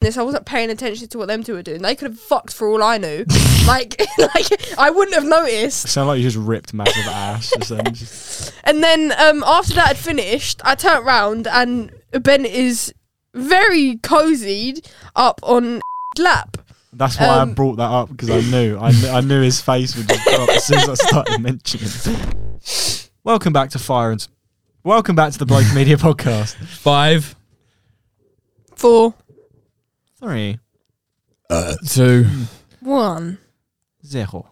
this, I wasn't paying attention to what them two were doing. They could have fucked for all I knew. like, like I wouldn't have noticed. Sound like you just ripped massive ass. just then. Just- And then um, after that had finished, I turned round and Ben is very cozied up on lap. that's why I Um, brought that up because I knew I, kn- I knew his face would just drop as soon as I started mentioning. it. Welcome back to Fire and. Welcome back to the Bloke Media Podcast. Five, Four, Three two. one. zero.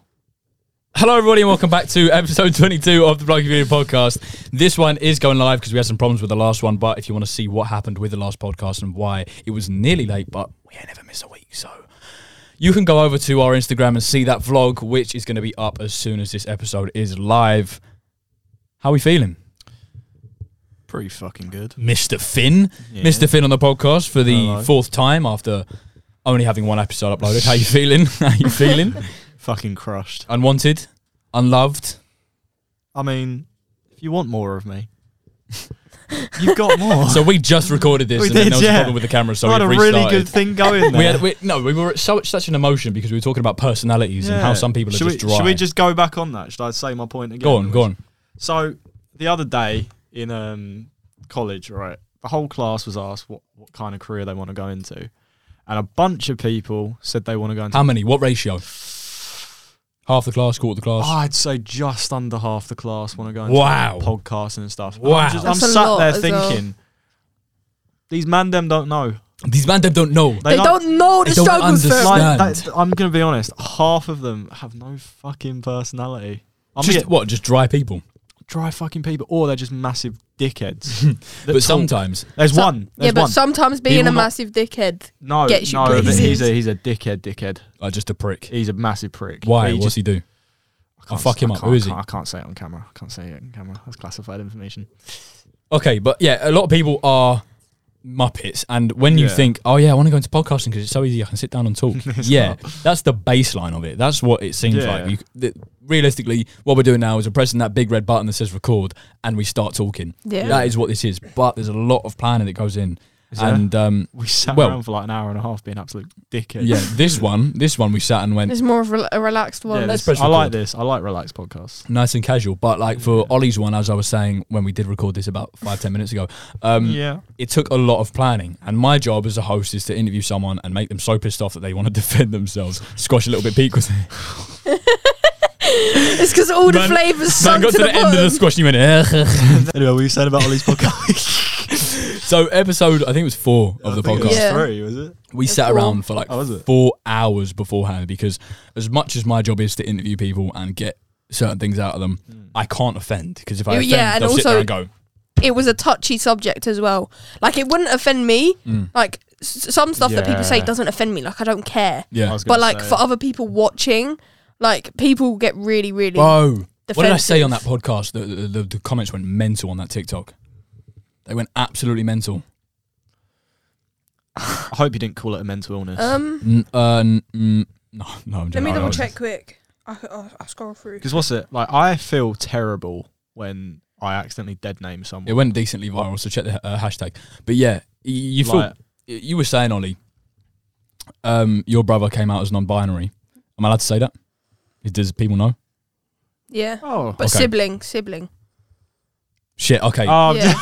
Hello, everybody, and welcome back to episode 22 of the Bloke Video Podcast. This one is going live because we had some problems with the last one. But if you want to see what happened with the last podcast and why it was nearly late, but we ain't never miss a week, so you can go over to our Instagram and see that vlog, which is going to be up as soon as this episode is live. How are we feeling, Pretty fucking good. Mr. Finn? Yeah. Mr. Finn on the podcast for the Hello. fourth time after only having one episode uploaded. How you feeling? How you feeling? Fucking crushed. Unwanted, unloved. I mean, if you want more of me, you've got more. So we just recorded this, We and then did, there was yeah. a problem with the camera, so I had we a restarted. really good thing going there. we had we, no, we were at so, such an emotion because we were talking about personalities and how Yeah. some people are should just we, dry. Should we just go back on that? Should I say my point again? go on, go on. So the other day in um, college, right, the whole class was asked what, what kind of career they want to go into, and a bunch of people said they want to go into. How many? What ratio? Half the class, quarter the class. I'd say just under half the class want to go into Wow. podcasting and stuff. And Wow. I'm, just, I'm That's a sat lot there as well. thinking, these man them don't know. These man them don't know. They, don't know the They don't struggles for understand. Like, understand. that- I'm gonna be honest. Half of them have no fucking personality. I'm just just what? Just dry people. dry fucking people, or they're just massive dickheads. that But talk. sometimes there's So- one. There's yeah, but one. sometimes will being a not- massive dickhead. no, gets you no, but he's places. a he's a dickhead. Dickhead. like just a prick. He's a massive prick. Why? He What's just- he do? I can't- fuck him I up. can't- Who is I he? can't, I can't say it on camera. I can't say it on camera. That's classified information. Okay, but yeah, a lot of people are muppets, and when you Yeah. think, "Oh yeah, I want to go into podcasting because it's so easy, I can sit down and talk." yeah, that's the baseline of it. That's what it seems Yeah. like. You, th- realistically, what we're doing now is we're pressing that big red button that says record, and we start talking. Yeah. that is what this is. But there's a lot of planning that goes in, Is there? and um, We sat Well- around for like an hour and a half being absolute dickheads. yeah, this one, this one, we sat and went It's more of a, a relaxed Yeah, one. let's this- press I like record. this. I like relaxed podcasts. nice and casual. But like for Ollie's one, as I was saying when we did record this about five ten minutes ago, um, yeah. it took a lot of planning. And my job as a host is to interview someone and make them so pissed off that they want to defend themselves. Squash a little bit peak with it's because all the Man- flavors Man sunk got to the, end of the squash and you went, "Ugh." anyway, what you said about Ollie's podcast? So episode, I think it was four of the I think it podcast. was Yeah. Three was it? We sat Four. around for like Oh, was it? four hours beforehand because as much as my job is to interview people and get certain things out of them, Mm. I can't offend because if I Yeah, offend, and they'll sit also- there and go, it was a touchy subject as well. Like it wouldn't offend me. Mm. Like s- some stuff that people say Yeah. doesn't offend me. Like I don't care. I yeah. was But gonna like say. for other people watching, like people get really, really. Bro, what did I Defensive. say on that podcast? The, the, the, the comments went mental on that TikTok. They went absolutely mental. I hope you didn't call it a mental illness. um, N- uh, n- mm, no, no, I'm joking. let me I double was- check quick. I, oh, I'll, I'll scroll through. Because what's it like? I feel terrible when I accidentally dead name It someone. went decently viral, so check the uh, hashtag. But yeah, y- you feel Like- you were saying Ollie, um, your brother came out as non-binary. Am I allowed to say that? Does people know? Yeah, oh, but Okay. sibling, sibling. Shit. Okay, oh yeah.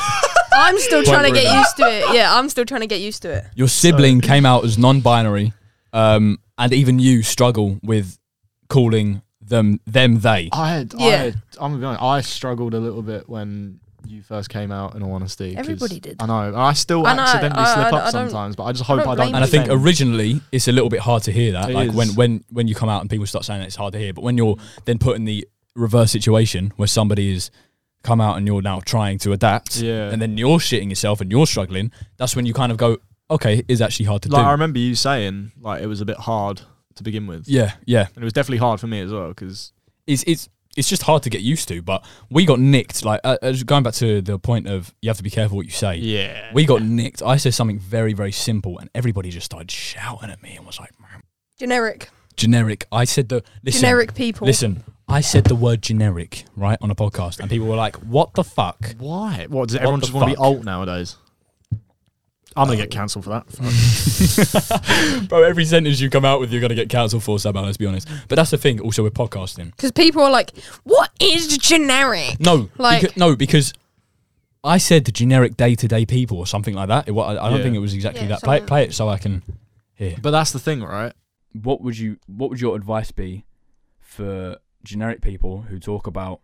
I'm still Won't trying to worry get about used to it. Yeah, I'm still trying to get used to it. your sibling came out as non-binary, um, and even you struggle with calling them them they. I had, I Yeah. had, I'm gonna be honest. I struggled a little bit when you first came out. In all honesty, 'cause Everybody did. I know, and I still And I- accidentally I- slip I- up I don't- sometimes. But I just hope I don't don't. blame And I think offend. originally it's a little bit hard to hear that. It like when, is. when when you come out and people start saying that, it's hard to hear. But when you're then put in the reverse situation where somebody is come out and you're now trying to adapt, Yeah. and then you're shitting yourself and you're struggling, that's when you kind of go, okay, it is actually hard to like I do. remember you saying, like it was a bit hard to begin with, Yeah, yeah. and it was definitely hard for me as well because It's it's it's just hard to get used to. But we got nicked. Like uh, as- going back to the point of you have to be careful what you say. yeah, We got nicked. I said something very very simple, and everybody just started shouting at me and was like, Generic, generic. I said the listen, generic people. Listen, I said the word generic, right, on a podcast, and people were like, what the fuck? why? What does everyone the just want to be fuck? alt nowadays? I'm gonna get cancelled for that. Fuck. Bro, every sentence you come out with, you're going to get cancelled for, Sam, let's be honest. But that's the thing, also, with podcasting. Because people are like, what is generic? No, Like- becau- no, because I said the generic day to day people or something like that. It, wa- I, I don't Yeah. think it was exactly Yeah, that. Play, something- play it so I can. But that's the thing, right? What would you? What would your advice be for generic people who talk about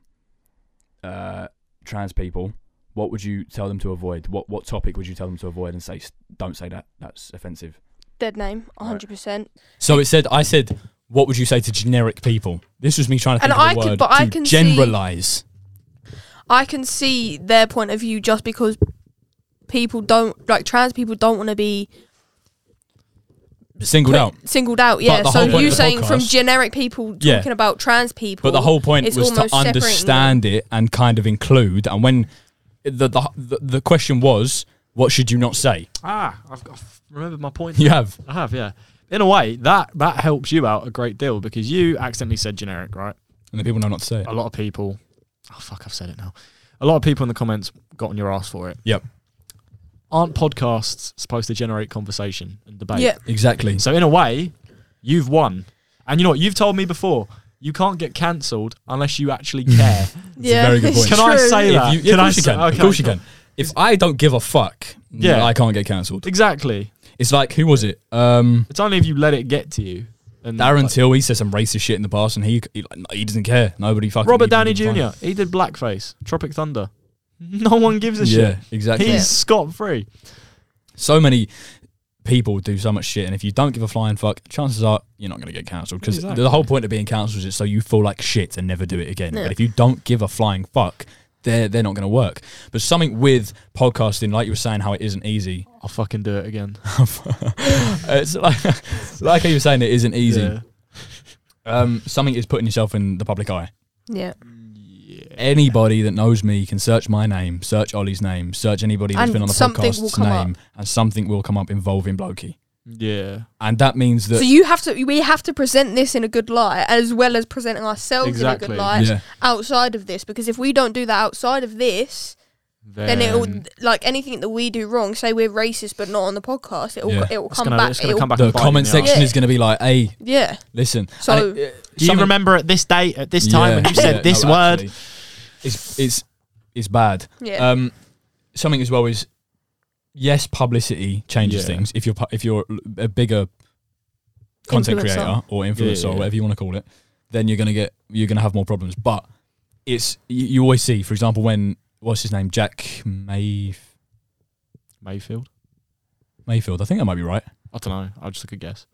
uh, trans people? What would you tell them to avoid? What what topic would you tell them to avoid and say "S- don't say that? That's offensive. Dead name, 100%. So it said. I said. What would you say to generic people? This was me trying to think And of a I could- word but I to can see- generalize. I can see their point of view just because people don't like trans people don't want to be Singled put- out. singled out. Yeah. the So whole point you of the saying from podcast- generic people talking Yeah. about trans people, But the whole point it's was to almost separating them. understand it and kind of include. And when the the, the the question was, what should you not say? Ah, I've, I've remembered my point. You have I have, yeah. In a way, that that helps you out a great deal because you accidentally said generic, right? and the people know not to say it. A lot of people, oh fuck, I've said it now. A lot of people in the comments got on your ass for it. Yep. Aren't podcasts supposed to generate conversation and debate? Yeah. Exactly. So in a way, you've won. And you know what? You've told me before. You can't get cancelled unless you actually care. yeah. very good it's point. Can I true. say If that? you, yeah, of I course you say- can. okay, of course you cool. can. If I don't give a fuck, yeah, Yeah. I can't get cancelled. Exactly. It's like who was it? Um, It's only if you let it get to you. And Darren like, Till. He said some racist shit in the past, and he he, he doesn't care. Nobody fucking. Robert he Downey doesn't Jr. mind. He did blackface. Tropic Thunder. No one gives a Yeah, shit. exactly. He's Yeah. scot free. so many people do so much shit, and if you don't give a flying fuck, chances are you're not going to get cancelled because Exactly. the whole point of being cancelled is so you feel like shit and never do it again. Yeah. But if you don't give a flying fuck, they're they're not going to work. But something with podcasting, like you were saying, how it isn't easy. Uh, I'll fucking do it again. it's like like how you were saying, it isn't easy. Yeah. Um, something is putting yourself in the public eye. Yeah. Anybody that knows me can search my name, search Ollie's name, search anybody that's And been on the something will podcast's come up. name, and something will come up involving Blokey. Yeah. And that means that So you have to we have to present this in a good light as well as presenting ourselves in a Exactly. good light Yeah. outside of this because if we don't do that outside of this then it will like anything that we do wrong say we're racist but not on the podcast it will Yeah. it will It's come gonna- back it's it gonna will- come back the and bite you comment in the arse. section Yeah. is going to be like, "Hey, yeah listen." So- and it- uh, Do you something- remember at this date, at this Yeah, time, when you yeah, said this no, word? actually, It's it's it's bad. yeah Um, something as well is, yes, publicity changes Yeah. things. If you're pu- if you're a bigger content Influencer. creator or influencer Yeah, yeah, or yeah. whatever you want to call it, then you're gonna get you're gonna have more problems. But it's you, you always see, for example, when what's his name, Jack May Mayfield. Mayfield. I think that might be right. I don't know. I just took a guess.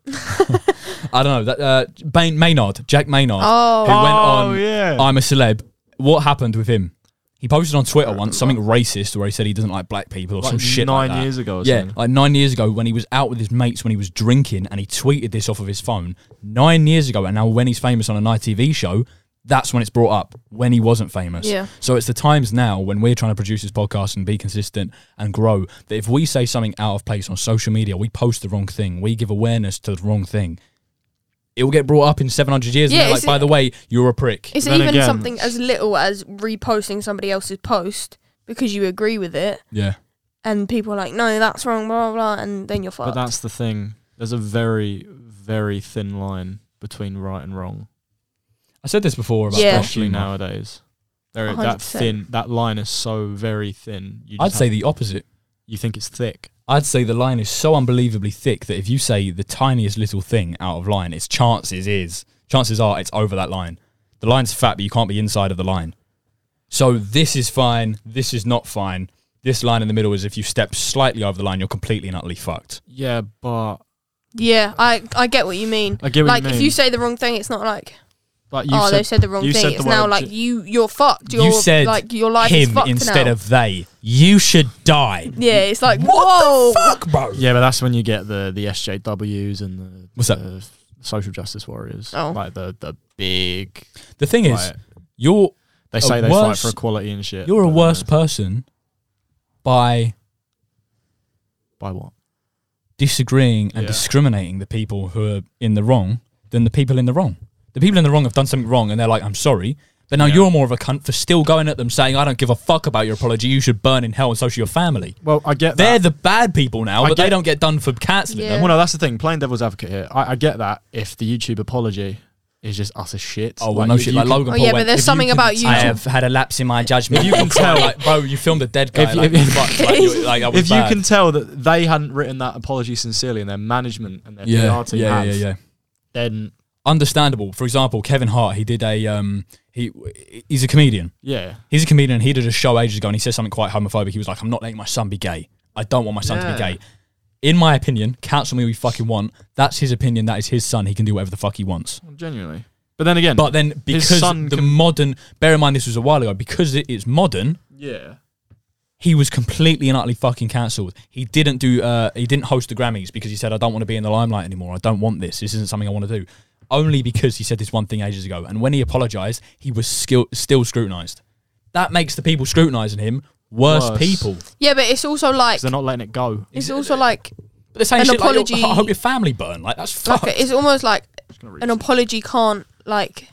I don't know that uh, Bain, Maynard, Jack Maynard. oh who went on- yeah. I'm a celeb. What happened with him? He posted on Twitter once something racist where he said he doesn't like black people or Like some shit. nine like that. years ago or Yeah, something. like nine years ago when he was out with his mates when he was drinking and he tweeted this off of his phone. Nine years ago, and now when he's famous on an ITV show, that's when it's brought up when he wasn't famous. Yeah. So it's the times now when we're trying to produce this podcast and be consistent and grow that if we say something out of place on social media, we post the wrong thing, we give awareness to the wrong thing. It will get brought up in 700 years. Yeah, and they're like, it's- by the way, you're a prick. It's Then even again- something as little as reposting somebody else's post because you agree with it, Yeah. and people are like, "No, that's wrong," blah blah, blah and then you're But fucked. that's the thing. There's a very, very thin line between right and wrong, I said this before about Yeah. especially humor. nowadays. There, that 100%. thin, that line is so very thin. You I'd just say have- the opposite. you think it's thick. I'd say the line is so unbelievably thick that if you say the tiniest little thing out of line, its chances is chances are it's over that line. The line's fat, but you can't be inside of the line. So this is fine. This is not fine. This line in the middle is if you step slightly over the line, you're completely and utterly fucked. Yeah, but yeah, I I get what you mean. I get what like you mean. if you say the wrong thing, it's not like but you oh said, they said the wrong you thing. said the it's now word like ju- you you're fucked. You're, you said like your life is him fucked instead now. of they. You should die. yeah. It's like whoa, Fuck, bro. yeah, but that's when you get the the SJWs and the What's that? the social justice warriors, Oh. like the the big. The thing is, like, you're they a say they fight worse- for equality and shit. you're a but, uh, worse person by by what? disagreeing and Yeah. discriminating the people who are in the wrong than the people in the wrong. The people in the wrong have done something wrong and they're like, I'm sorry. But now you're more of a cunt for still going at them saying, I don't give a fuck about your apology. You should burn in hell and so should your family. Well, I get They're that. the bad people now, I but get- they don't get done for cancelling Yeah. them. well, no, that's the thing. Playing devil's advocate here. I, I get that if the YouTube apology is just us as shit. Oh, well, no if shit. you Like can- Logan Oh, Paul yeah, went, but there's if you something can about tell- you. I have had a lapse in my judgment. If you can tell- like, bro, you filmed a dead guy. If you- like, if- fuck, like, you- like, that was If you bad. can tell that they hadn't written that apology sincerely and their management and their yeah, PR team yeah, have, yeah, yeah. then Understandable. For example, Kevin Hart, he did a um, he he's a comedian. yeah, He's a comedian. He did a show ages ago, and he said something quite homophobic. He was like, "I'm not letting my son be gay. I don't want my son to Yeah. be gay." In my opinion, cancel me all you fucking want. That's his opinion. That is his son. He can do whatever the fuck he wants. genuinely. But then again, But then, because son the can- modern, bear in mind this was a while ago. Because it is modern, yeah, he was completely and utterly fucking cancelled. He didn't do. Uh, he didn't host the Grammys because he said, "I don't want to be in the limelight anymore. I don't want this. This isn't something I want to do." Only because he said this one thing ages ago, and when he apologized, he was skill- still scrutinized. That makes the people scrutinizing him worse, Worse. people. Yeah, but it's also like because they're not letting it go. it's also like But they're saying An shit like, apology- "I hope your family burn." Like that's like fucked. it's almost like Just gonna read an it. apology can't like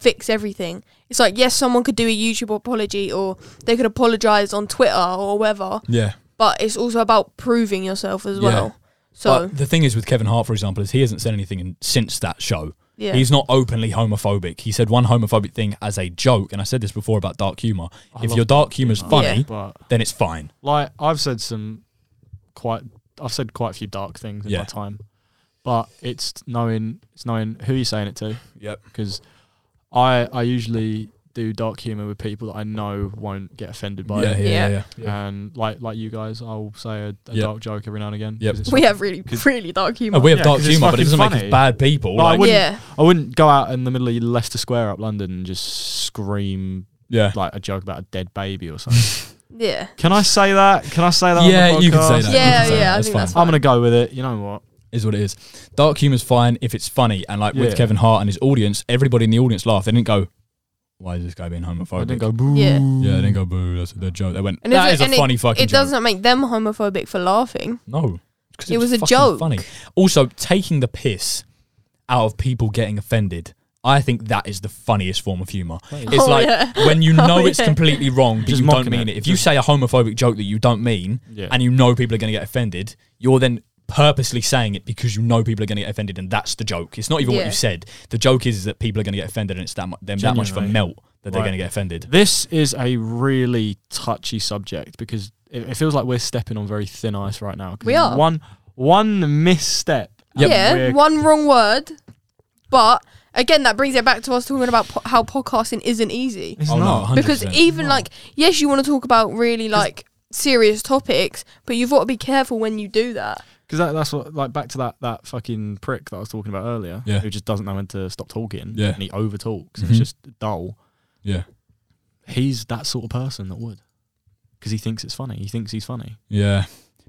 fix everything. It's like yes, someone could do a YouTube apology or they could apologize on Twitter or whatever, yeah. but it's also about proving yourself as Yeah. well. So But the thing is with Kevin Hart, for example, is he hasn't said anything in, since that show. Yeah. He's not openly homophobic. He said one homophobic thing as a joke, and I said this before about dark humor. if love your dark humor's humour. funny, Yeah. But then it's fine. like I've said some quite I've said quite a few dark things in Yeah. my time. But it's knowing it's knowing who you're saying it to Yep. because I I usually do dark humor with people that I know won't get offended by Yeah, yeah, it. yeah. Yeah. yeah. And like like you guys, I'll say a, a Yep. dark joke every now and again. Yep. 'cause it's we fu- have really really dark humor. No, Oh, we have Yeah, dark 'cause it's humour, but fucking it doesn't make us funny. bad people. Well, I like- wouldn't- yeah, I wouldn't go out in the middle of Leicester Square up London and just scream yeah. like a joke about a dead baby or something. yeah. can I say that? Can I say that? on Yeah, the you can say podcast? Yeah, that. you can say yeah, that. I That's think fine. that's I'm gonna go with it. You know what? Is what it is. Dark humour's fine if it's funny, and like with Yeah. Kevin Hart and his audience, everybody in the audience laughed. They didn't go, "Why is this guy being homophobic?" I didn't go "Mm." boo. Yeah. Yeah, they didn't go, "Boo, that's a dead joke." They went, And "That if it- is a and it- funny fucking." It joke. doesn't make them homophobic for laughing. No, 'cause It was a fucking joke. Funny. Also, taking the piss out of people getting offended. I think that is the funniest form of humor. It's Oh, like yeah. when you know Oh, it's yeah. completely wrong, but Just you don't mocking mean it. it. If you say a homophobic joke that you don't mean, Yeah. and you know people are going to get offended, you're then purposely saying it because you know people are going to get offended, and that's the joke. It's not even what Yeah. you said. The joke is that people are going to get offended, and it's that mu- them that much of a Genuinely. melt that they're Right. going to get offended. This is a really touchy subject because it, it feels like we're stepping on very thin ice right now. 'Cause We are. One one misstep. and Yeah, we're- one wrong word, but again, that brings it back to us talking about po- how podcasting isn't easy. It's Oh, no, not. 100%. because even like yes you want to talk about really like serious topics but you've got to be careful when you do that Because that, that's what, like, back to that that fucking prick that I was talking about earlier, Yeah. who just doesn't know when to stop talking. Yeah. And he over talks. Mhm. It's just dull. yeah, He's that sort of person that would. Because he thinks it's funny. He thinks he's funny. Yeah.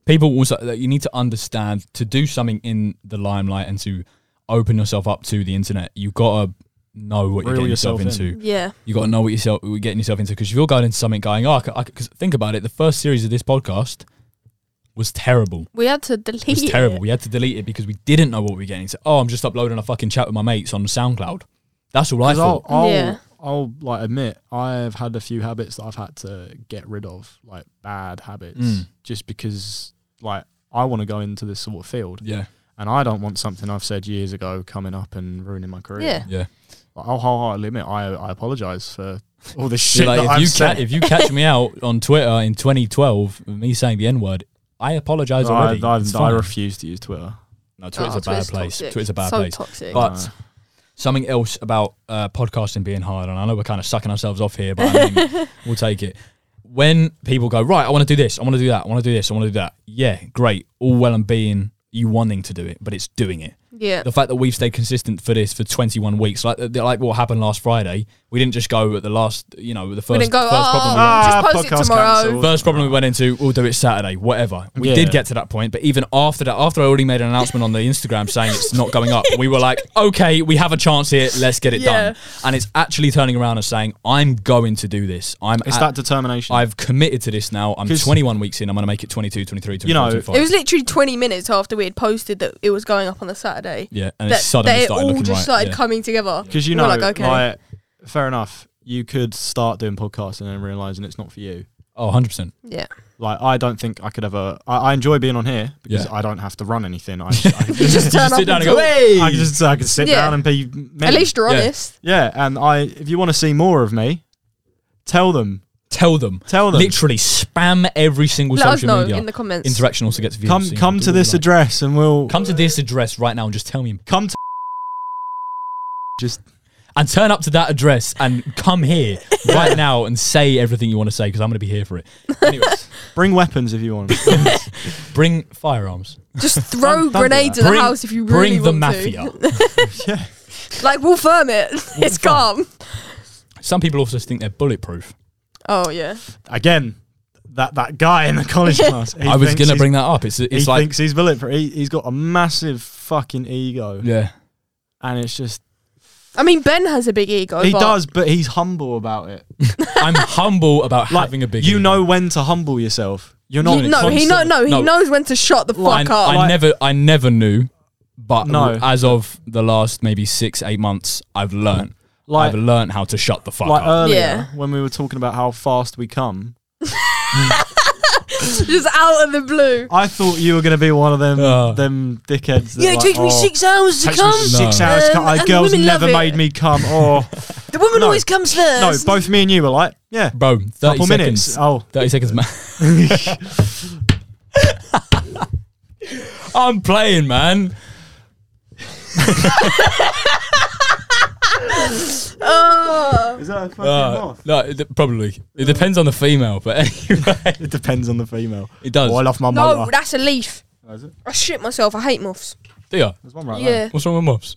People also, like, you need to understand to do something in the limelight and to open yourself up to the internet, you've got to know what you're Reel getting yourself, yourself in. into. yeah you got to know what yourself, what you're getting yourself into. Because if you're going into something going, oh, I c- I c- 'cause think about it, the first series of this podcast was terrible. we had to delete It was terrible. We had to delete it because we didn't know what we were getting into. Oh, I'm just uploading a fucking chat with my mates on SoundCloud. That's all I 'Cause I'll, thought. I'll, Yeah. I'll, like, admit, I've had a few habits that I've had to get rid of, like, bad habits, Mm. just because, like, I want to go into this sort of field. Yeah, And I don't want something I've said years ago coming up and ruining my career. yeah yeah. Like, I'll wholeheartedly admit, I, I apologize for all the You're shit like, that if I've you said. ca- if you catch me out on Twitter in 2012, me saying the N word, I apologize I, already. I, It's I fine. refuse to use Twitter. No, Twitter's Oh, a bad place. toxic. Twitter's a bad so place. toxic But No. something else about uh, podcasting being hard, and I know we're kind of sucking ourselves off here, but I mean, we'll take it. When people go, right, I want to do this, I want to do that, I want to do this, I want to do that. Yeah, great. All well and being you wanting to do it, but it's doing it. yeah The fact that we've stayed consistent for this for 21 weeks, like uh, like what happened last Friday, we didn't just go at the last, you know, the first, we didn't go first problem. we went- oh, Ah, just post podcast it tomorrow cancelled. First problem we went into, we'll do it Saturday, whatever. We Yeah. did get to that point, but even after that, after I already made an announcement on the Instagram saying it's not going up, we were like, okay, we have a chance here, let's get it Yeah. done. And it's actually turning around and saying, I'm going to do this. I'm It's at- that determination. I've committed to this now. I'm 'Cause- 21 weeks in. I'm going to make it 22, 23, 24, You know, 25. it was literally 20 minutes after we had posted that it was going up on the saturday yeah, and it that, suddenly that it started all looking just right. started yeah. coming together because you We know, were like like, okay fair enough. you could start doing podcasts and then realizing it's not for you. Oh, 100%. Yeah. Like I don't think I could ever. I, I enjoy being on here because Yeah. I don't have to run anything. I, I, can You just, just turn up sit down and and go, do it. "Hey!" I can just I can sit Yeah. down and be. Me. At least you're Yeah. honest. Yeah, and I. If you want to see more of me, tell them. Tell them. Tell them. Literally spam every single Let us social know media. in the comments. Interaction also gets views. Come so you come can to do this like- address and we'll Come to this address right now and just tell me. come to. Just And turn up to that address and come here right now and say everything you want to say because I'm going to be here for it. Anyways, bring weapons if you want. bring firearms. Just throw Don't- don't do grenades that. at the Bring- house if you really bring the want to. mafia. yeah. Like we'll firm it. it's calm. Some people also think they're bulletproof. Oh yeah. Again, that that guy in the college class. he I was thinks going to he's- bring that up. It's, He it's like, thinks he's bulletproof. He, he's got a massive fucking ego, yeah. and it's just I mean Ben has a big ego. he but does, but he's humble about it. I'm humble about Like having a big. you ego. know when to humble yourself. You're not. He, no, he no, constant- no, he no. knows when to shut the I, fuck up. I never, I never knew, but No. as of the last maybe six, eight months, I've learned. like I've learned how to shut the fuck like uh, up. earlier Yeah. when we were talking about how fast we come. just out of the blue. I thought you were going to be one of them Yeah. them dickheads. That Yeah, are it like, takes me "Oh, six hours to takes me come. six No. hours. to Um, come. and Uh, girls women love never it. made me come. Oh The woman No. always comes no, first. both me and you were like, yeah, Bro, 30 couple minutes. seconds. Oh, 30 seconds, man. I'm playing, man. Oh. is that a fucking Uh, no, it d- probably. It depends on the female, but anyway, It depends on the female. it does. Oh, I love my No, motor. that's a leaf. Oh, is it? I shit myself. I hate moths. Do ya? There's one right yeah. What's wrong with moths?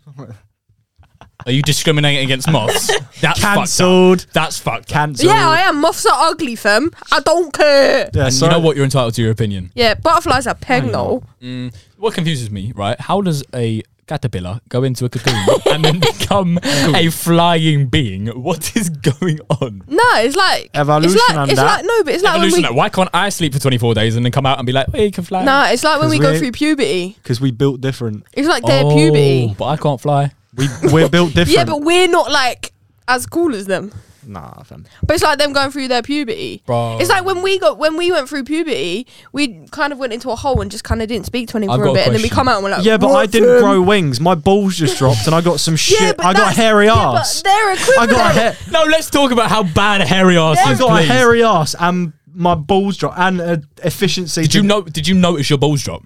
Are you discriminating against moths? That's there. fucked up. Cancelled. That's fucked up. Cancelled. yeah, I am. Moths are ugly, fam. I don't care. Yeah, And sorry. you know what? You're entitled to your opinion. Yeah, butterflies are peng Hang on. though. Mm, what confuses me, right? How does a caterpillar go into a cocoon and then become a flying being? What is going on? No, it's like Evolution It's like, and it's that. like no, but it's like when Evolution. we. like, Why can't I sleep for 24 days and then come out and be like, hey, you can fly? Nah, it's like when we Because go we- through puberty. Because we built different. It's like their Oh. puberty. Oh, But I can't fly. We we're built different. Yeah, but we're not like as cool as them. nah, fam. But it's like them going through their puberty. Bro. It's like when we got when we went through puberty, we kind of went into a hole and just kind of didn't speak to anyone I've for a got a bit, and then we question. come out and we're like, Yeah, but I Uh, "What, didn't fam?" grow wings. My balls just dropped, and I got some shit. Yeah, but I got a that's- hairy yeah, but ass. They're I equivalent. got a hair. No, let's talk about how bad hairy ass I is. got please. a hairy ass, and my balls dropped, and uh, efficiency. Did you know? Did you notice your balls drop?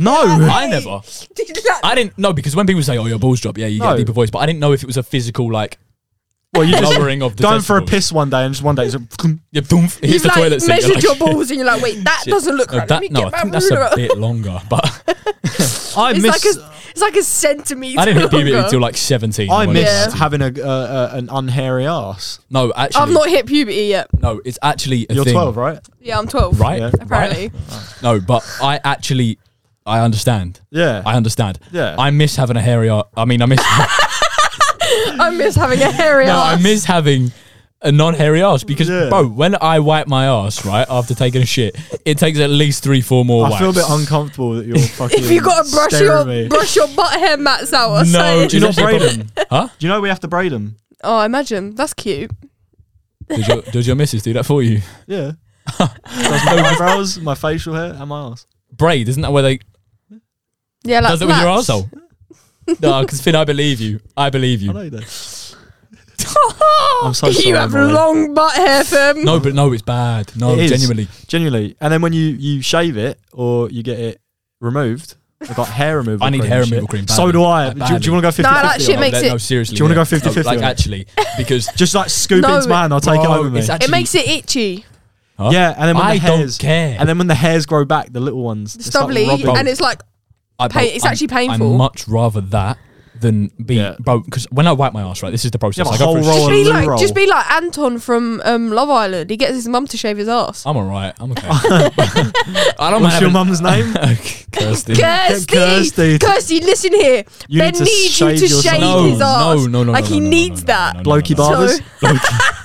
No. I never. I didn't know because when people say, "Oh, your balls drop," yeah, you get No. a deeper voice, but I didn't know if it was a pysically like Well, you just lowering of the going for a testicles. piss one day, and just one day it's a. Yeah, boom, You've hits the like toilet seat. measured You're like, your balls and you're like, wait, that shit. doesn't look No, right. Let that- me no, get I my think that's ruler. a bit longer, but I It's miss. like a it's like a centimeter. I didn't hit puberty longer. until like 17. I when miss Yeah. was- having a uh, uh, an unhairy ass. No, actually, I've not hit puberty yet. no, it's actually a You're thing. 12, right? Yeah, I'm 12. Right? Yeah. Apparently. No, but I actually, I understand. Yeah. I understand. Yeah. I miss having a hairy. ar- I mean, I miss. I miss having a hairy no, I arse. miss having a non-hairy ass because, Yeah. bro, when I wipe my ass right after taking a shit, it takes at least three, four more. I feel a wipes. bit uncomfortable that you're fucking. if you gotta brush staring your at me. brush your butt hair mats out or No, something. do you not not braid braid Huh? Do you know we have to braid them? Oh, imagine. That's cute. Does your, does your missus do that for you? Yeah. Does my eyebrows, my facial hair, and my ass. Braid, isn't that where they Yeah, like does it with your plaits. asshole? no, because Finn, I believe you. I believe I you. know that. I'm so sorry, Oh, You have Molly. long butt hair, fam. No, but no, it's bad. No, It is. genuinely. Genuinely, and then when you you shave it or you get it removed, I've got hair removal. I need cream hair and shit. removal cream So badly. do I. Like, Do, you- do badly. you want to go 50 Nah, that shit on it? makes- no, it- no, seriously. Do you wanna yeah. go 50-50 No, like on it? actually, because Just like scoop No, into mine. I'll take it bro, over me. it's actually- It makes it itchy. Huh? yeah, and then when I the hairs, don't care. and then when the hairs grow back, the little ones, they start Stubbly. rubbing. and it's like I- pain- it's actually I painful. much rather that than be Yeah. bro. Because when I wipe my ass, right, this is the process. Yeah, but I go whole through roll shit. just a be loo like roll. just be like Anton from um, Love Island. He gets his mum to shave his ass. I'm alright. I'm okay. I What's don't mind your having- mum's name? Kirsten. Kirsty, Kirsty. Kirsty, listen here. You ben need to needs you shave to your shave No, his ass. no, no, no, Like no, he no, no, needs no, that. no, no, Blokey no, no. barbers.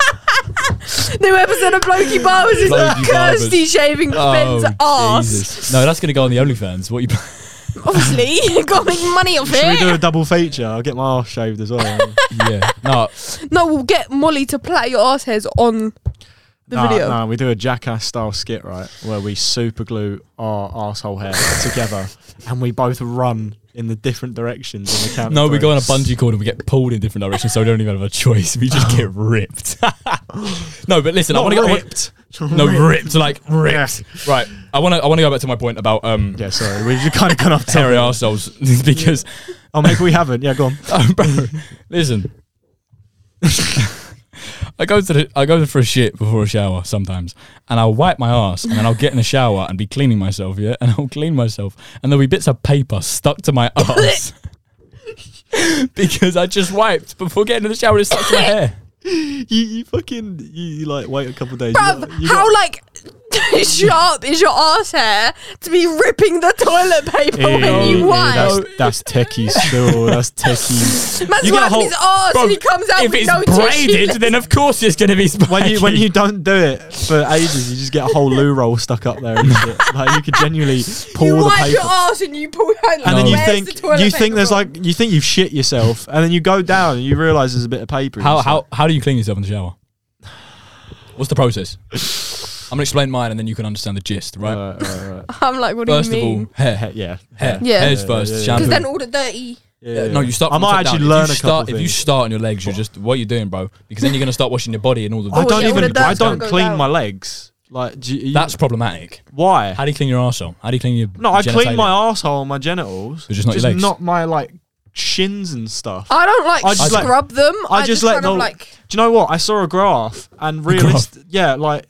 New episode of Blokey Barbers is Blokey Kirsty shaving Ben's Oh, ass. Jesus. No, that's gonna go on the OnlyFans. What you? Obviously, got to make money off Should we do a it. double feature? I'll get my ass shaved as well. yeah. No, No, we'll get Molly to plait your ass hairs on the nah, video. nah, we do a jackass style skit, right? Where we super glue our arsehole hair together and we both run in the different directions on the camera. no, we go on a bungee cord and we get pulled in different directions, so we don't even have a choice. We just get ripped. no, but listen, I want to get ripped. no ripped, like ripped. Yeah. Right, I want to I want to go back to my point about um Yeah, sorry. We've kind of gone off hairy topic. arseholes because Oh, maybe we haven't. Yeah, go on. Oh, bro, listen. I go to the, I go for a shit before a shower sometimes, and I'll wipe my ass, and then I'll get in the shower and be cleaning myself, yeah, and I'll clean myself, and there'll be bits of paper stuck to my ass because I just wiped before getting in the shower. and It's stuck to my hair. You, you fucking, you, you like wait a couple days. Bruv, you how got- like sharp is your ass hair to be ripping the toilet paper when Ew, you ew, wipe? that's, that's techie still. That's techie. Man's You get a wiping whole- his ass Bro, and he comes out if with it's no braided, tissue. then of course it's gonna be spiky. When you when you don't do it for ages, you just get a whole loo roll stuck up there and shit. Like you could genuinely pull You the wipe paper. your ass and you pull out. Like, and then you where's think the toilet you paper think there's gone? like you think you've shit yourself, and then you go down and you realise there's a bit of paper. how how how do you clean yourself in the shower? What's the process? I'm gonna explain mine, and then you can understand the gist, right? Right, right, right. I'm like, what do First you of mean? all, hair. He- yeah, hair. Yeah. Hair's first. Yeah, yeah, yeah. shampoo. Because then all the dirty. yeah, Yeah, yeah. no, you start. I From the might top actually down. learn if you a start, couple If you things. start on your legs, you're just what are you doing, bro? Because then you're gonna start washing your body and all the. I Oh, don't yeah, all even. the I dirt's don't gotta go clean down. my legs. Like do you, you- That's problematic. why. How do you clean your arsehole? How do you clean your? No, I genitalia? clean my arsehole and my genitals. But just not your legs. not my like shins and stuff. I don't like I just like- scrub them. I Oh, I, just just, let kind the- of like. Do you know what? I saw a graph and graph? realist yeah, like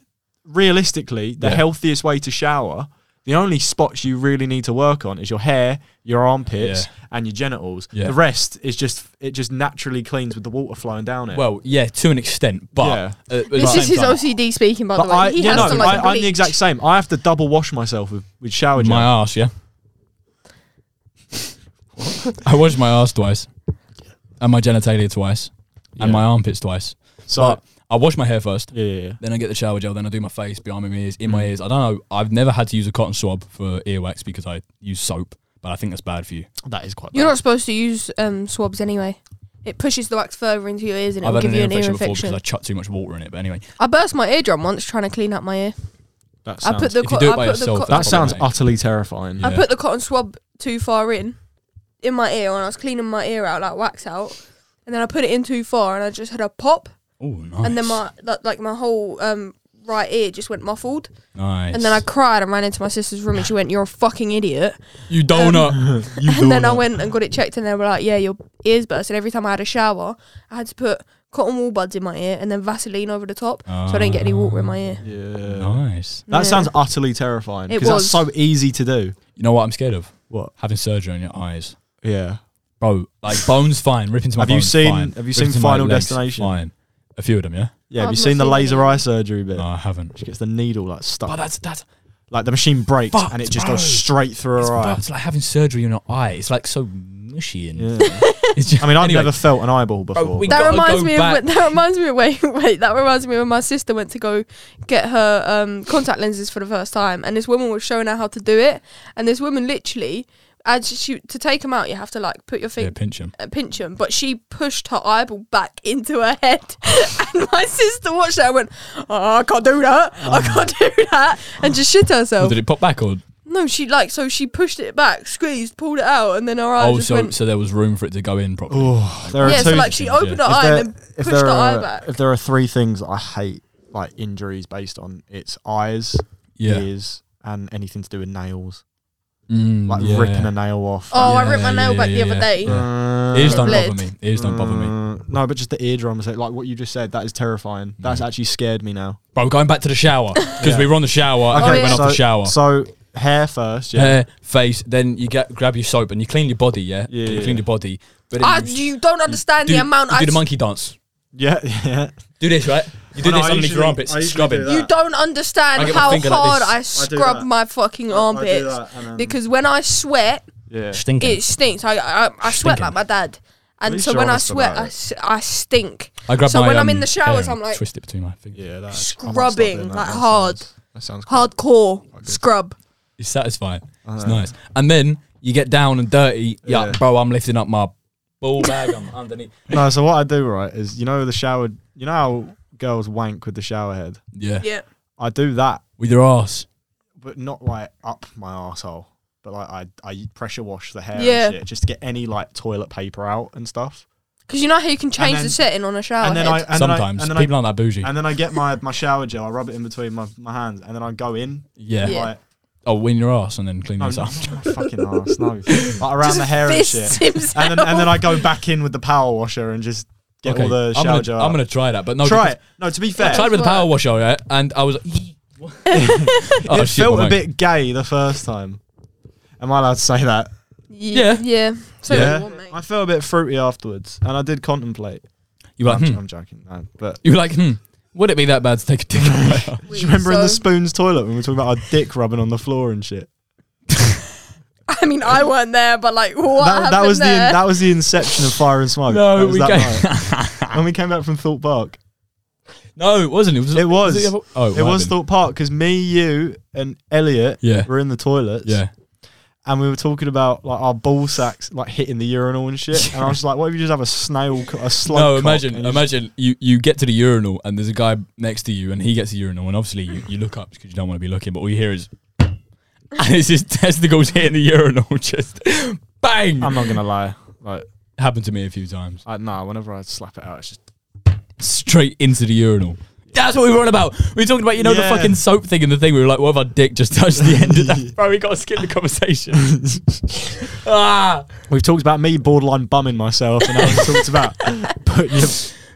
realistically, the Yeah. healthiest way to shower, the only spots you really need to work on is your hair, your armpits, and your genitals. Yeah. The rest is just it just naturally cleans with the water flowing down it. Well, yeah, to an extent, but Yeah. uh, at the This is same his time, OCD speaking, by but the way. I, he yeah, has no, to like. I, I'm the bleach. exact same. I have to double wash myself with, with shower gel. My ass, yeah. I washed my ass twice, and my genitalia twice, Yeah. and my armpits twice. so But I wash my hair first. yeah, yeah, yeah. Then I get the shower gel. Then I do my face, behind my ears, in Mm. my ears. I don't know. I've never had to use a cotton swab for earwax because I use soap, but I think that's bad for you. that is quite. You're bad. not supposed to use um, swabs anyway. It pushes the wax further into your ears and it I've will had give an you ear an ear infection, before infection. because I chucked too much water in it. But anyway, I burst my eardrum once trying to clean out my ear. that I sounds, put the If you co- do it I by put the yourself, co- that's that sounds problematic. utterly terrifying. I Yeah. put the cotton swab too far in, in my ear, and I was cleaning my ear out like wax out, and then I put it in too far, and I just had a pop, oh nice. and then my like, like my whole um right ear just went muffled, nice. and then I cried and ran into my sister's room, and she went, "You're a fucking idiot," you Um, donut. You and then I donut. went and got it checked, and they were like, "Yeah, your ears burst." And every time I had a shower, I had to put cotton wool buds in my ear and then Vaseline over the top, so I don't get any water in my ear. Yeah. nice. That Yeah. sounds utterly terrifying It because that's was. so easy to do. You know what I'm scared of? What? Having surgery on your eyes, Yeah. bro. Like bones, fine. Rip into my. Have you bones, seen- Fine. have you Rip seen into my Final legs, Destination? Fine. A few of them, yeah. Yeah, have I've you not seen the seen laser it. eye surgery bit? No, I haven't. She gets the needle like stuck. But that's that's like the machine breaks Fucked, and it just bro. goes straight through it's, her eye. it's like having surgery on your eye. It's like so mushy and. Yeah. It's just, I mean, I've anyway, never felt an eyeball Bro, before. we- but- That gotta reminds go me back. of when, that reminds me of wait wait that reminds me of when my sister went to go get her um, contact lenses for the first time, and this woman was showing her how to do it, and this woman literally as she to take them out, you have to like put your Yeah, finger. pinch them. uh Pinch them, but she pushed her eyeball back into her head, and my sister watched that and went, oh, "I can't do that! I can't do that!" and just shit herself. Oh, did Oh. it pop back or? No, she like so she pushed it back, squeezed, pulled it out, and then her eye Oh, just so went. so there was room for it to go in properly. oh, there are Yeah, two. so like she things, opened yeah. her if, eye there, and then if, pushed there her eye are, back. if there are three things I hate, like injuries based on it's eyes, Yeah. ears, and anything to do with nails, Mm, like yeah. ripping a nail off. Oh, I Yeah, ripped my nail yeah, back yeah, the yeah. other day. Uh, Ears don't Bled. bother me. Ears don't bother me. Uh, No, but just the eardrums, like- like what you just said, that is terrifying. That's actually scared me now. Bro, going back to the shower because Yeah. we were on the shower and Okay, we went Oh, yeah. off the shower. So hair first, yeah. Hair, face, then you get grab your soap and you clean your body. Yeah, Yeah, you yeah, clean yeah. your body. But then I, Ah, you don't understand do- the amount you I. do the monkey dance. Yeah, yeah. Do this right. You do Oh, no, this I underneath your usually- armpits, I usually scrubbing. do that. you don't understand I get my how finger like hard this. I scrub that. my fucking armpits Um, because when I sweat, yeah. Stinking. it stinks. I I, I sweat Stinking. like my dad, and least so you're when I honest sweat, about I, it. s- I stink. I grab so my, when I'm um, in the showers, hair I'm and like- twist it between my fingers. Yeah, that, I might stop Scrubbing, doing that. like, That hard. Sounds, that sounds quite- Hardcore good. scrub. It's satisfying. It's know. nice. And then you get down and dirty. Yeah, Yeah. bro, I'm lifting up my ball bag. I'm underneath. No, so what I do right is you know the shower. You know how girls wank with the shower head. Yeah. Yeah. I do that, with your ass. but not like up my arsehole. But like I, I pressure wash the hair Yeah. and shit just to get any like toilet paper out and stuff. Because you know how you can change then- the setting on a shower and then head? I and Sometimes then I, and people then aren't that bougie. I, and then I get my, my shower gel. I rub it in between my, my hands, and then I go in. yeah. Yeah. Like, Oh, win your ass and then clean no, yourself. not my fucking arse, no. Like around the hair and Fist shit. himself. And then and then I go back in with the power washer and just get all the shower I'm gonna, gel. out. I'm gonna try that, but no. try because- it. No, to be I fair, tried with the That's power what- washer, yeah, and I was. Like, oh, it shit, felt my a mic. bit gay the first time. Am I allowed to say that? yeah. Yeah. So yeah. warm, mate. I felt a bit fruity afterwards, and I did contemplate. You were like, I'm, hmm. I'm joking, no, but you were like, hmm. Would it be that bad to take a dick? out? do you remember in the spoons toilet when we were talking about our dick rubbing on the floor and shit? I mean, I weren't there, but like, what That, happened that was the there? that was the inception of fire and smoke. No, that was we that gave- night. when we came back from Thorpe Park. no, it wasn't. It was. It was. the other- oh, It was Thought Park because me, you, and Elliot Yeah. were in the toilets. Yeah. And we were talking about like our ball sacks like hitting the urinal and shit. And I was like, what if you just have a snail, co- a slug? No, cock imagine, and you just- imagine you, you get to the urinal and there's a guy next to you and he gets the urinal and obviously you, you look up because you don't want to be looking, but all you hear is, and it's his testicles hitting the urinal, just bang. I'm not gonna lie. Like, Happened to me a few times. I, nah. Whenever I slap it out, it's just Straight into the urinal. That's what we were on about. We were talking about, you know, Yeah. the fucking soap thing and the thing. We were like, what if our dick just touched the end of that? Bro, we got to skip the conversation. ah. we've talked about me borderline bumming myself, and I've talked about putting your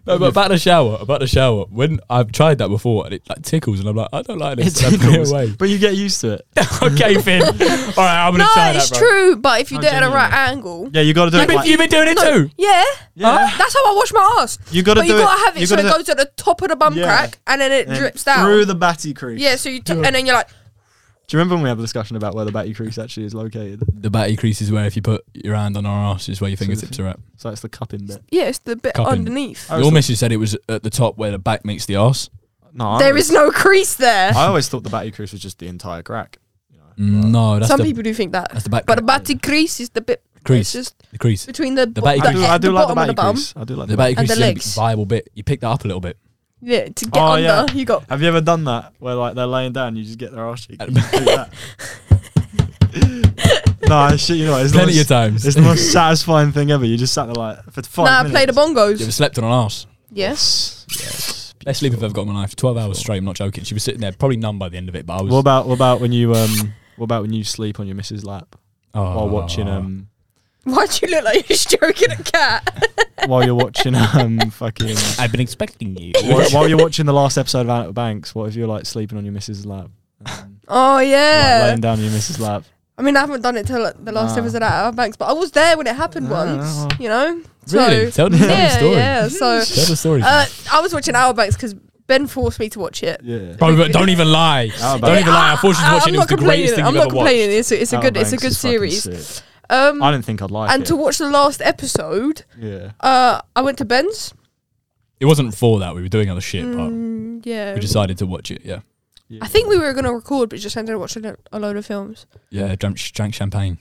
No, but about the shower, about the shower. When I've tried that before, and it like tickles, and I'm like, I don't like this. and I put tickles, it away. but you get used to it. okay, Finn. All right, I'm gonna no, try that, it's bro. true, but if you No, do it at a right genuinely. angle. Yeah, you got to do You've it. been, Like, you've been doing it No, too. yeah. Yeah. That's how I wash my ass. you got to But do you it. gotta have it you so it gotta do goes at the top of the bum Yeah. crack and then it and drips down. through the batty crease. yeah, so you t- and then you're like, Do you remember when we had a discussion about where the batty crease actually is located? The batty crease is where if you put your hand on our ass, is where your So the fingertips are at. So it's the cupping bit. yeah, it's the bit Cup in. underneath. I Your was- missus said it was at the top where the back meets the ass. No, I There always- is no crease there. I always thought the batty crease was just the entire crack. You know, Mm, No, that's Some the people do think that, that's the back but the crack. batty crease is the bit Crease. It's just the crease. between the the, batty I Like, do, the, I do like the bottom of batty the bum. crease. I do like The batty And the crease is legs. a viable bit. You pick that up a little bit. Yeah, to get Oh, under, yeah. you got Have you ever done that where like they're laying down, you just get their arse cheek? and just do that? no, shit, you know it's the Plenty of most, times. it's the most satisfying thing ever. You just sat there like for five nah. minutes. Play the You ever bongos. slept on an ass? Yes. Yes. Best sleep I've ever got in my life. Twelve hours straight. I'm not joking. She was sitting there, probably numb by the end of it. But I was. What about what about when you um what about when you sleep on your missus lap oh, while watching um Why do you look like you're stroking a cat? while you're watching um fucking I've been expecting you. while, while you're watching the last episode of Out of Banks, what if you're like sleeping on your missus lap? Um, Oh like, yeah. laying down on your missus lap. I mean, I haven't done it till like, the last Nah. episode at our banks, but I was there when it happened Ah, well. once. You know. Really? So, Tell the tell the yeah, story. yeah. So Tell the story. uh, I was watching our banks because Ben forced me to watch it. Yeah. Bro, but don't even lie. Out of Don't Banks. even lie. I thought she was I- watching. Uh, I'm It was not the greatest complaining. thing I'm you've not ever watched. Oh, complaining. It's a, it's a Out good of it's a Banks good is fucking series. sick. Um, I didn't think I'd like and it. to watch the last episode, yeah. uh, I went to Ben's. It wasn't for that. We were doing other shit, but Mm, yeah. we decided to watch it. Yeah, yeah. I think we were going to record, but just ended up watching a, a load of films. yeah. Drank, drank champagne.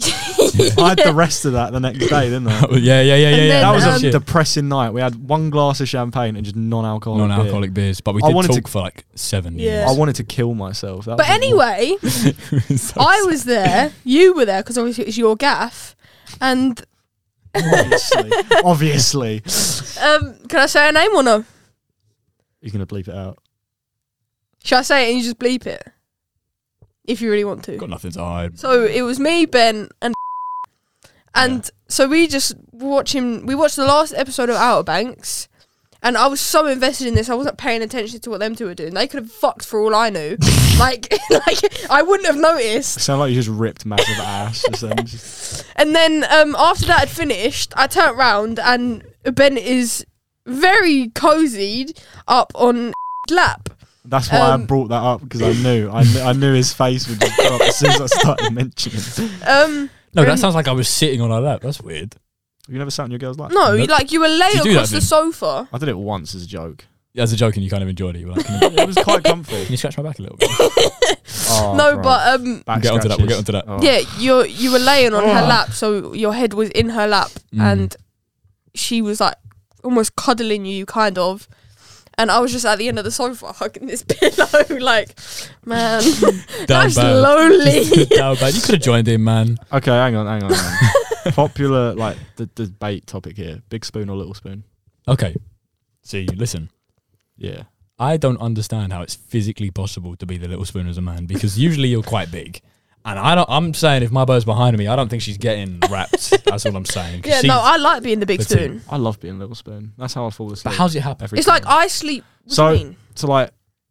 I had the rest of that the next day, didn't I? yeah, yeah, yeah, yeah. And yeah. then, That was um, a depressing night. We had one glass of champagne and just non-alcoholic. beer. non-alcoholic beers, but we I did wanted talk to- for like seven Yeah. I wanted to kill myself. That But was- anyway, years. So I was there. You were there because obviously it was your gaff. And obviously, obviously, um, can I say her name or no? you're gonna bleep it out. Shall I say it and you just bleep it? If you really want to. got nothing to hide. So it was me, Ben, and and so we just were watching. We watched the last episode of Outer Banks, and I was so invested in this, I wasn't paying attention to what them two were doing. They could have fucked for all I knew. like, like I wouldn't have noticed. Sound like you just ripped massive ass. just then, just- And then um, after that had finished, I turned round and Ben is very cozied up on lap. that's why I Um, brought that up because I knew, I knew, I knew his face would just drop as soon as I started mentioning. it. Um, No, that Um, sounds like I was sitting on her lap. That's weird. Have you never sat on your girl's lap? no, Nope. like you were laid Did you do across that, the Ben? sofa. I did it once as a joke. as a joke, and you kind of enjoyed it. You were like, can you, it was quite can comfy. you scratch my back a little bit? Oh, no, right. but um, Back We'll get onto that, we'll scratches. get onto that. Oh. yeah, you you were laying on her Ugh. lap, so your head was in her lap, Mm. and she was like almost cuddling you, kind of. And I was just at the end of the sofa hugging this pillow, like, man, Down that's bad. lonely. Down bad. You could have joined in, man. Okay, hang on, hang on. Hang on. Popular like the, the debate topic here: big spoon or little spoon? Okay. See, listen. Yeah. I don't understand how it's physically possible to be the little spoon as a man because usually you're quite big. And I don't, I'm saying if my bird's behind me, I don't think she's getting wrapped. That's all I'm saying. 'Cause yeah, she's- no, I like being the big That's it. spoon. I love being little spoon. That's how I fall asleep. but how's it happen? every It's like time. I sleep. What So- do you mean? so like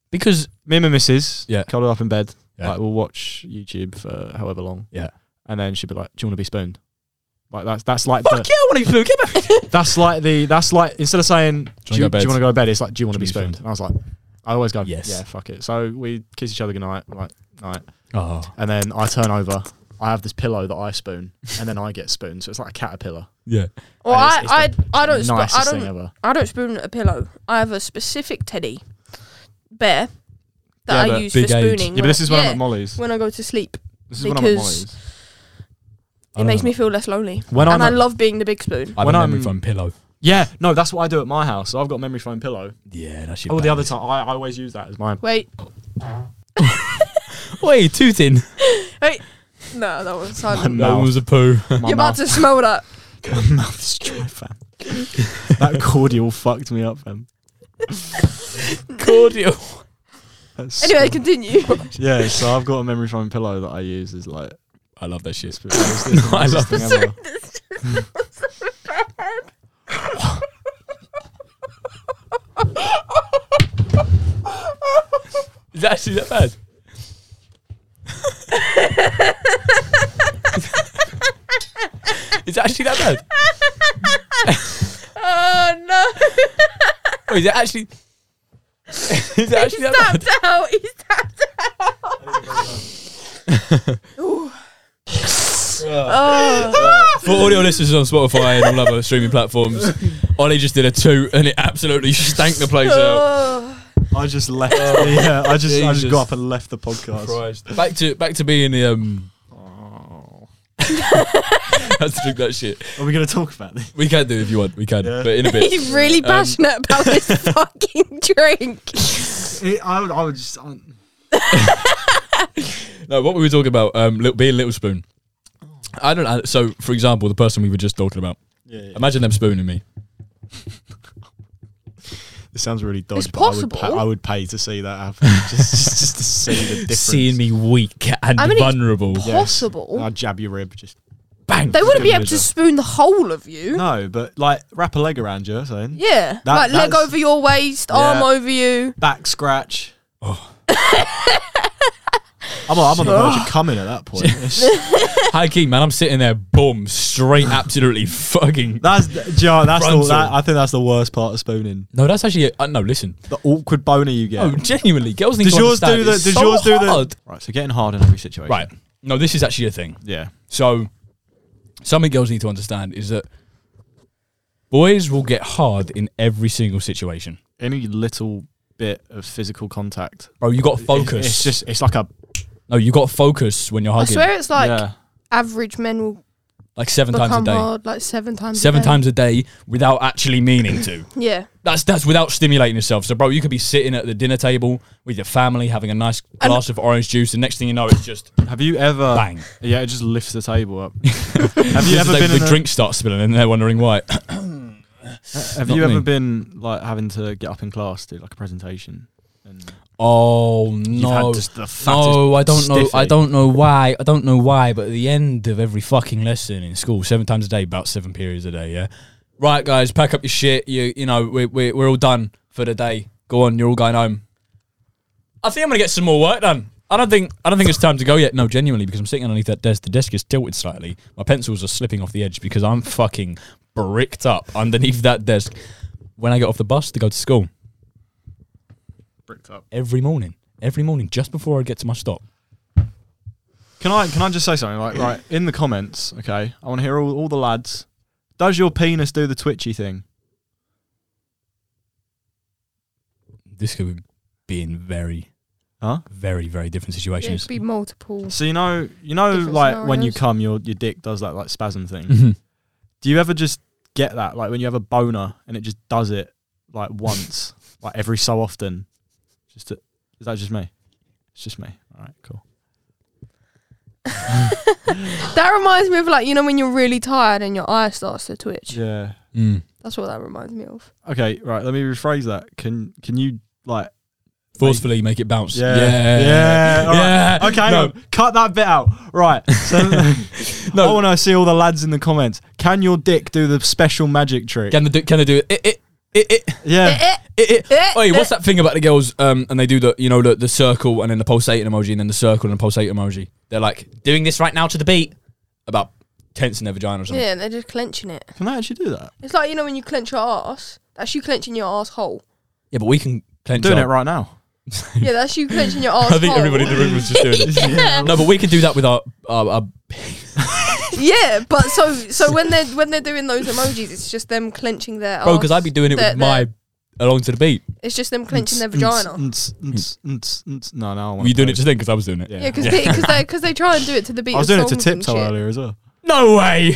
Because me and my missus, Yeah. cuddle up in bed. Yeah. Like we'll watch YouTube for however long. Yeah. And then she'd be like, "Do you want to be spooned?" Like that's that's like fuck the, yeah, I want to be Get back. that's like the that's like instead of saying Do do you you, wanna go to bed?" want to go to bed, it's like do you want to Do you be wanna be spooned? And I was like, I always go Yes. yeah, fuck it. So we kiss each other goodnight, we're like night, Oh and then I turn over. I have this pillow that I spoon, and then I get spooned. So it's like a caterpillar. yeah, Well, And it's- I, I, it's the I don't, sp- Nicest I don't, thing ever. I don't spoon a pillow. I have a specific teddy bear that Yeah, I but use for big age. spooning. Yeah, but when this I- is when I'm yeah, at Molly's. when I go to sleep. This is when I'm at because- Molly's. I It makes don't me feel less lonely, When and I I'm at- love being the big spoon. I have when a I'm- memory foam pillow. yeah, no, that's what I do at my house. So I've got a memory foam pillow. Yeah, that's your. Oh, the bad. other time I, I always use that as mine. Wait, Wait, tooting. no, that was My silent. That mouth, was a poo. my You're about mouth, to smell that. my mouth's dry, fam. that cordial fucked me up, fam. Cordial. That's- Anyway, continue. yeah. So I've got a memory foam pillow that I use as like. I love that shit. It's, it's, it's No, I the love nicest thing ever. Is that actually that bad? is it actually that bad? oh no! Wait, is it actually? is it actually that bad? Tapped out. He's tapped out. For audio listeners on Spotify and all other streaming platforms, Ollie just did a toot and it absolutely stank the place out. Oh. I just left. yeah, I just I just Jesus. got up and left the Oh. podcast. Back to back to being the um. Has to drink that shit. Are we gonna talk about this? We can do it if you want. We can, Yeah. but in a bit. Um, He's really passionate about this fucking drink. I would I would just. I, No, what we were talking about, um, li- being little spoon. I don't. know. so, for example, the person we were just talking about. yeah, yeah. Imagine them spooning me. It sounds really dodgy, It's but possible. I would, pa- I would pay to see that happen. just, just, just to see the difference. me weak and I mean, it's vulnerable. po- Possible. I'd jab your rib. Just Bang. They wouldn't be able to Measure. spoon the whole of you. no, but like wrap a leg around you, so Yeah, like That- leg that's- over your waist, Yeah. arm over you. back scratch. Oh. I'm, on- I'm on the verge of coming at that point. It's- High key, man. I'm sitting there, boom, straight, absolutely fucking. that's do you know, that's the, Frontal. that, I think that's the worst part of spooning. No, that's actually. uh, no, listen. The awkward boner you get. Oh, genuinely, girls need does to yours do understand, the? it's Does so yours do hard. the? Right, so getting hard in every situation. Right. No, this is actually a thing. Yeah. So, something girls need to understand is that boys will get hard in every single situation. Any little bit of physical contact. Bro, you got to focus. It's just. It's like a. no, you got to focus when you're I hugging. swear it's like yeah. average men will like seven times a become day. hard like seven times. Seven a day. times a day without actually meaning to. Yeah, That's that's without stimulating yourself. So, bro, you could be sitting at the dinner table with your family, having a nice And- glass of orange juice, and next thing you know, it's just Have Uh, you ever? bang. Yeah, it just lifts the table up. have you ever the been? the in a- drink starts spilling, and they're wondering why. have Not you me. ever been like having to get up in class to do like a presentation? And Oh you've no! had just the fattest No, I don't know. I stiffy? don't know why. I don't know why. But at the end of every fucking lesson in school, seven times a day, about seven periods a day. Yeah. Right, guys, pack up your shit. You, you know, we're we're, we're all done for the day. Go on, you're all going home. I think I'm gonna get some more work done. I don't think I don't think it's time to go yet. No, genuinely, because I'm sitting underneath that desk. The desk is tilted slightly. My pencils are slipping off the edge because I'm fucking bricked up underneath that desk. When I get off the bus to go to school bricked up. every morning, every morning, just before I get to my stop. Can I can I just say something? Like right in the comments, okay. I want to hear all, all the lads. Does your penis do the twitchy thing? this could be in very, Huh? very, very different Yeah, it situations. could be multiple. So you know, you know, Different like when you scenarios. come, your your dick does that like spasm thing. Mhm. Do you ever just get that, like when you have a boner and it just does it like once, like every so often? Just to, is that just me? It's just me. All right, cool. That reminds me of like you know when you're really tired and your eye starts to twitch. Yeah. Mm. That's what that reminds me of. Okay. Right. Let me rephrase that. Can Can you like? Forcefully make it bounce. Yeah. Yeah. Yeah, all Yeah. Okay. hang No. on, Cut that bit out. Right. So I want to see all the lads in the comments. Can your dick do the special magic trick? Can they do? Can they do it? It. It. It. It. yeah. It, Eh, it, wait, what's eh. that thing about the girls? Um, and they do the, you know, the, the circle and then the pulsating emoji and then the circle and the pulsating emoji. They're like doing this right now to the beat, about tensing their vagina or something. Yeah, they're just clenching it. Can I actually do that? It's like you know when you clench your ass. That's you clenching your asshole. Yeah, but we can clench. doing our- it right now. Yeah, that's you clenching your asshole. I think everybody in the room was just doing it. No, but we can do that with our. our, our Oh, Yeah, but so so when they're when they're doing those emojis, it's just them clenching their. bro, because I'd be doing it They're- with my along to the beat. It's just them clenching Mm, their vagina. No, no. I Were wanna you doing play. it just then? Because I was doing it. Yeah, because they because they because they try and do it to the beat. I was of doing it to songs and tiptoe shit. earlier as well. No way.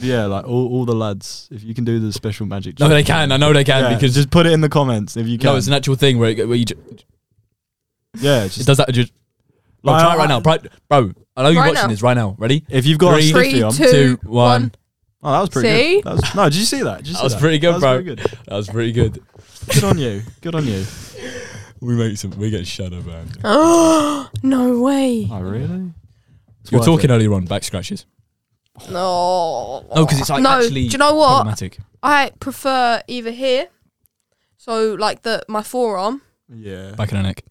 Yeah, like all, all the lads, if you can do the special magic. no, trick. they can. I know they can Yeah, because just just put it in the comments if you can. no, it's an actual thing where, it, where you just, yeah, it's just it does that. Just, bro, Like, try it I- right now, bro. bro I know you're Right watching now. this right now. Ready? if you've got a Three, stiffy Three, on. two, Two, one. one. Oh, that was pretty See? good. That was, no, did you see that? Did you That see was pretty good, that bro. Was pretty good. That was pretty good. good on you. Good on you. We make some. We get shadow banned. Oh no way! Oh, really? It's You were worth talking it. earlier on back scratches. No. No, because it's like no. actually. do you know what? Problematic. I prefer either here, so like the my forearm, Yeah. Back in the neck.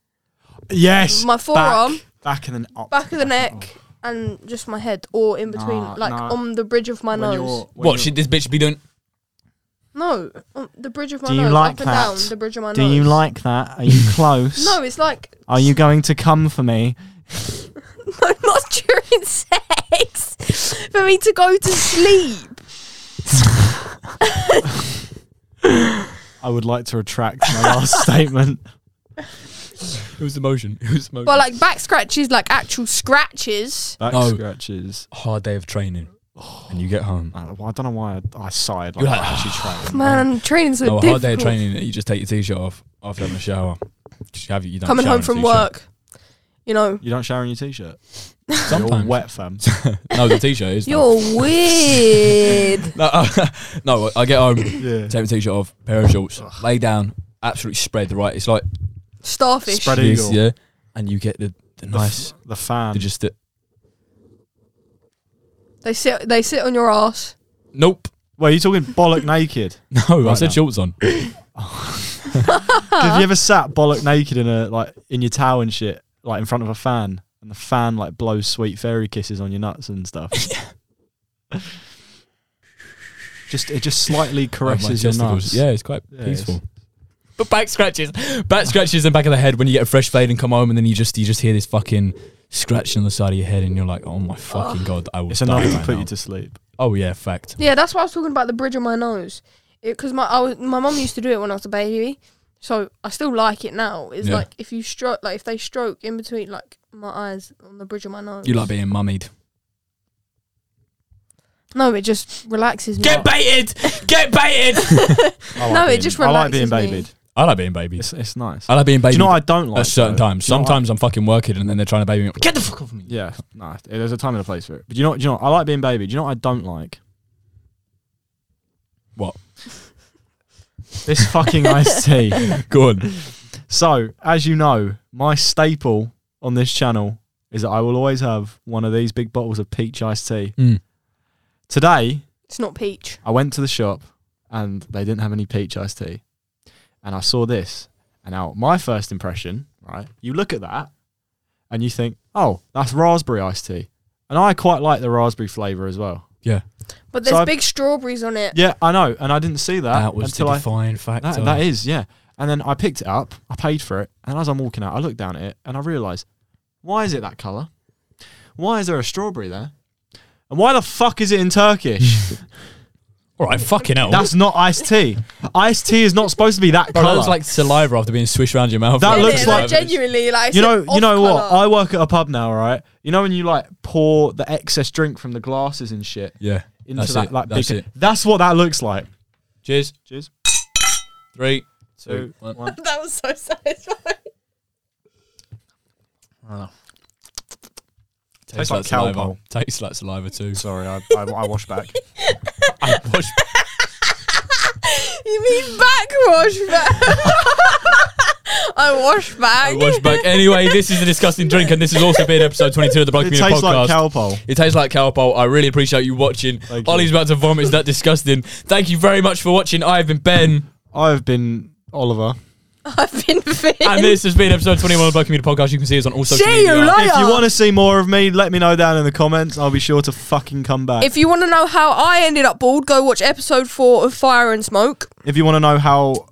Yes. my forearm, Back and then up. back of the neck, and just my head, or in between, Nah, like nah. on the bridge of my When you're- nose. when What you're- should this bitch be doing? No, on the bridge of my Do you nose, like up and that? down the bridge of my Do nose. you like that? Are you close? No, it's like Are you going to come for me? no, not during sex for me to go to sleep. I would like to retract my last statement. It was emotion. It was emotion. But like back scratches, like actual scratches. Back No. scratches. hard day of training, and you get home. I Uh, I don't know why I, I sighed. Like, You're like, I actually tried. Man, training's so Oh, No, a hard difficult. day of training. You just take your t-shirt off after having a shower. Just have you, you don't Coming shower home in a from t-shirt. work, you know, You don't shower in your t-shirt. You're all Sometimes. wet, fam. no, the t-shirt is. you're weird. No, uh, no, I get home, take yeah. my t-shirt off, pair of shorts, lay down, absolutely spread. Right, it's like Starfish. Spread this, eagle. yeah, and you get the, The the f- nice, The fan. the just the, They sit. They sit on your ass. nope, Wait, are you talking bollock naked? no, I Right said now. shorts on. Have you ever sat bollock naked in a like in your towel and shit, like in front of a fan, and the fan like blows sweet fairy kisses on your nuts and stuff? just it just slightly caresses your nuts. Oh, Yeah, it's quite Yeah, peaceful. it's- But back scratches, back scratches, and back of the head when you get a fresh fade and come home, and then you just you just hear this fucking scratching on the side of your head, and you're like, oh my fucking god, I will. It's die enough to right put now. you to sleep. Oh yeah, fact. Yeah, that's what I was talking about. The bridge of my nose, because my I was, my mum used to do it when I was a baby, so I still like it now. It's Yeah. like if you stroke, like if they stroke in between, like my eyes on the bridge of my nose. You like being mummied. No, it just relaxes me. Get baited! Get baited! I like No, it being- just I like relaxes being me. babied. I like being babied. It's, it's nice. I like being Do babied you know what I don't like at though? certain times. Do you know what I- Sometimes I'm fucking working and then they're trying to baby me. Get the fuck off me. Yeah, nah. There's a time and a place for it. But you know, do you know, I like being baby. Do you know what I don't like? What? This fucking iced tea. Go on. So, as you know, my staple on this channel is that I will always have one of these big bottles of peach iced tea. Mm. Today, It's not peach. I went to the shop and they didn't have any peach iced tea. And I saw this. And now, my first impression, right, you look at that and you think, oh, that's raspberry iced tea. And I quite like the raspberry flavour as well. But So there's I've- big strawberries on it. Yeah, I know, and I didn't see that, That, was uh, the until I. defining factor. That, that is, yeah. And then I picked it up, I paid for it, and as I'm walking out, I looked down at it and I realised, why is it that colour? Why is there a strawberry there? And why the fuck is it in Turkish? All right, fucking hell. Oh. That's not iced tea. Iced tea is not supposed to be that Bro, that color. looks like saliva after being swished around your mouth. That Isn't looks it? like- genuinely like you know, you know what? I I work at a pub now, right? You know when you like pour the excess drink from the glasses and shit Yeah. into that's that it, like that's big. it. That's what that looks like. Cheers. Cheers. Three, Two, two, one. one. that was so satisfying. Tastes like cow saliva. pole. Tastes like saliva too. Sorry, I, I, I wash back. I wash, You mean backwash back? I wash back. I wash back. Anyway, this is a disgusting drink, and this has also been episode 22 of the Blood it Community tastes Podcast. like cowpole. It tastes like cowpole. I really appreciate you watching. Thank you. Ollie's about to vomit. Is that disgusting? Thank you very much for watching. I've been Ben, I've been Oliver. I've been fit. and this has been episode 21 of the Blood Community Podcast. You can see us on all social See media. you later. If you want to see more of me, let me know down in the comments. I'll be sure to fucking come back. If, If you want to know how I ended up bald, go watch episode four of Fire and Smoke. you want to know how.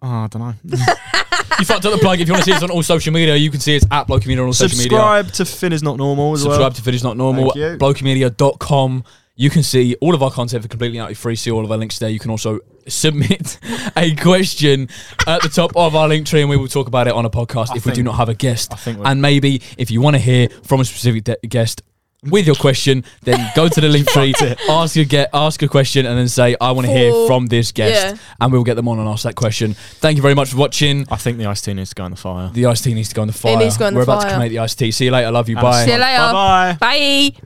Oh, I don't know. You fucked up the plug. If you want to see us on all social media, you can see us at Blood Community on all social media. Subscribe to Finn is Not Normal as subscribe well. to Finish Not Normal, Thank you. blowcomedia.com. You can see all of our content for completely out free. See all of our links there. You can also submit a question at the top of our link tree, and we will talk about it on a podcast I if we think- do not have a guest. I think we're- And maybe if you want to hear from a specific de- guest with your question, then go to the link tree, ask a get, ask a question, and then say, "I want to hear For- from this guest," yeah. and we will get them on and ask that question. Thank you very much for watching. I think the ice tea needs to go in the fire. The iced tea needs to go on the fire. needs to go on the We're about to fire. 啊 cremate the iced tea. See you later. Love you. And Bye. See you later. Bye bye. Bye.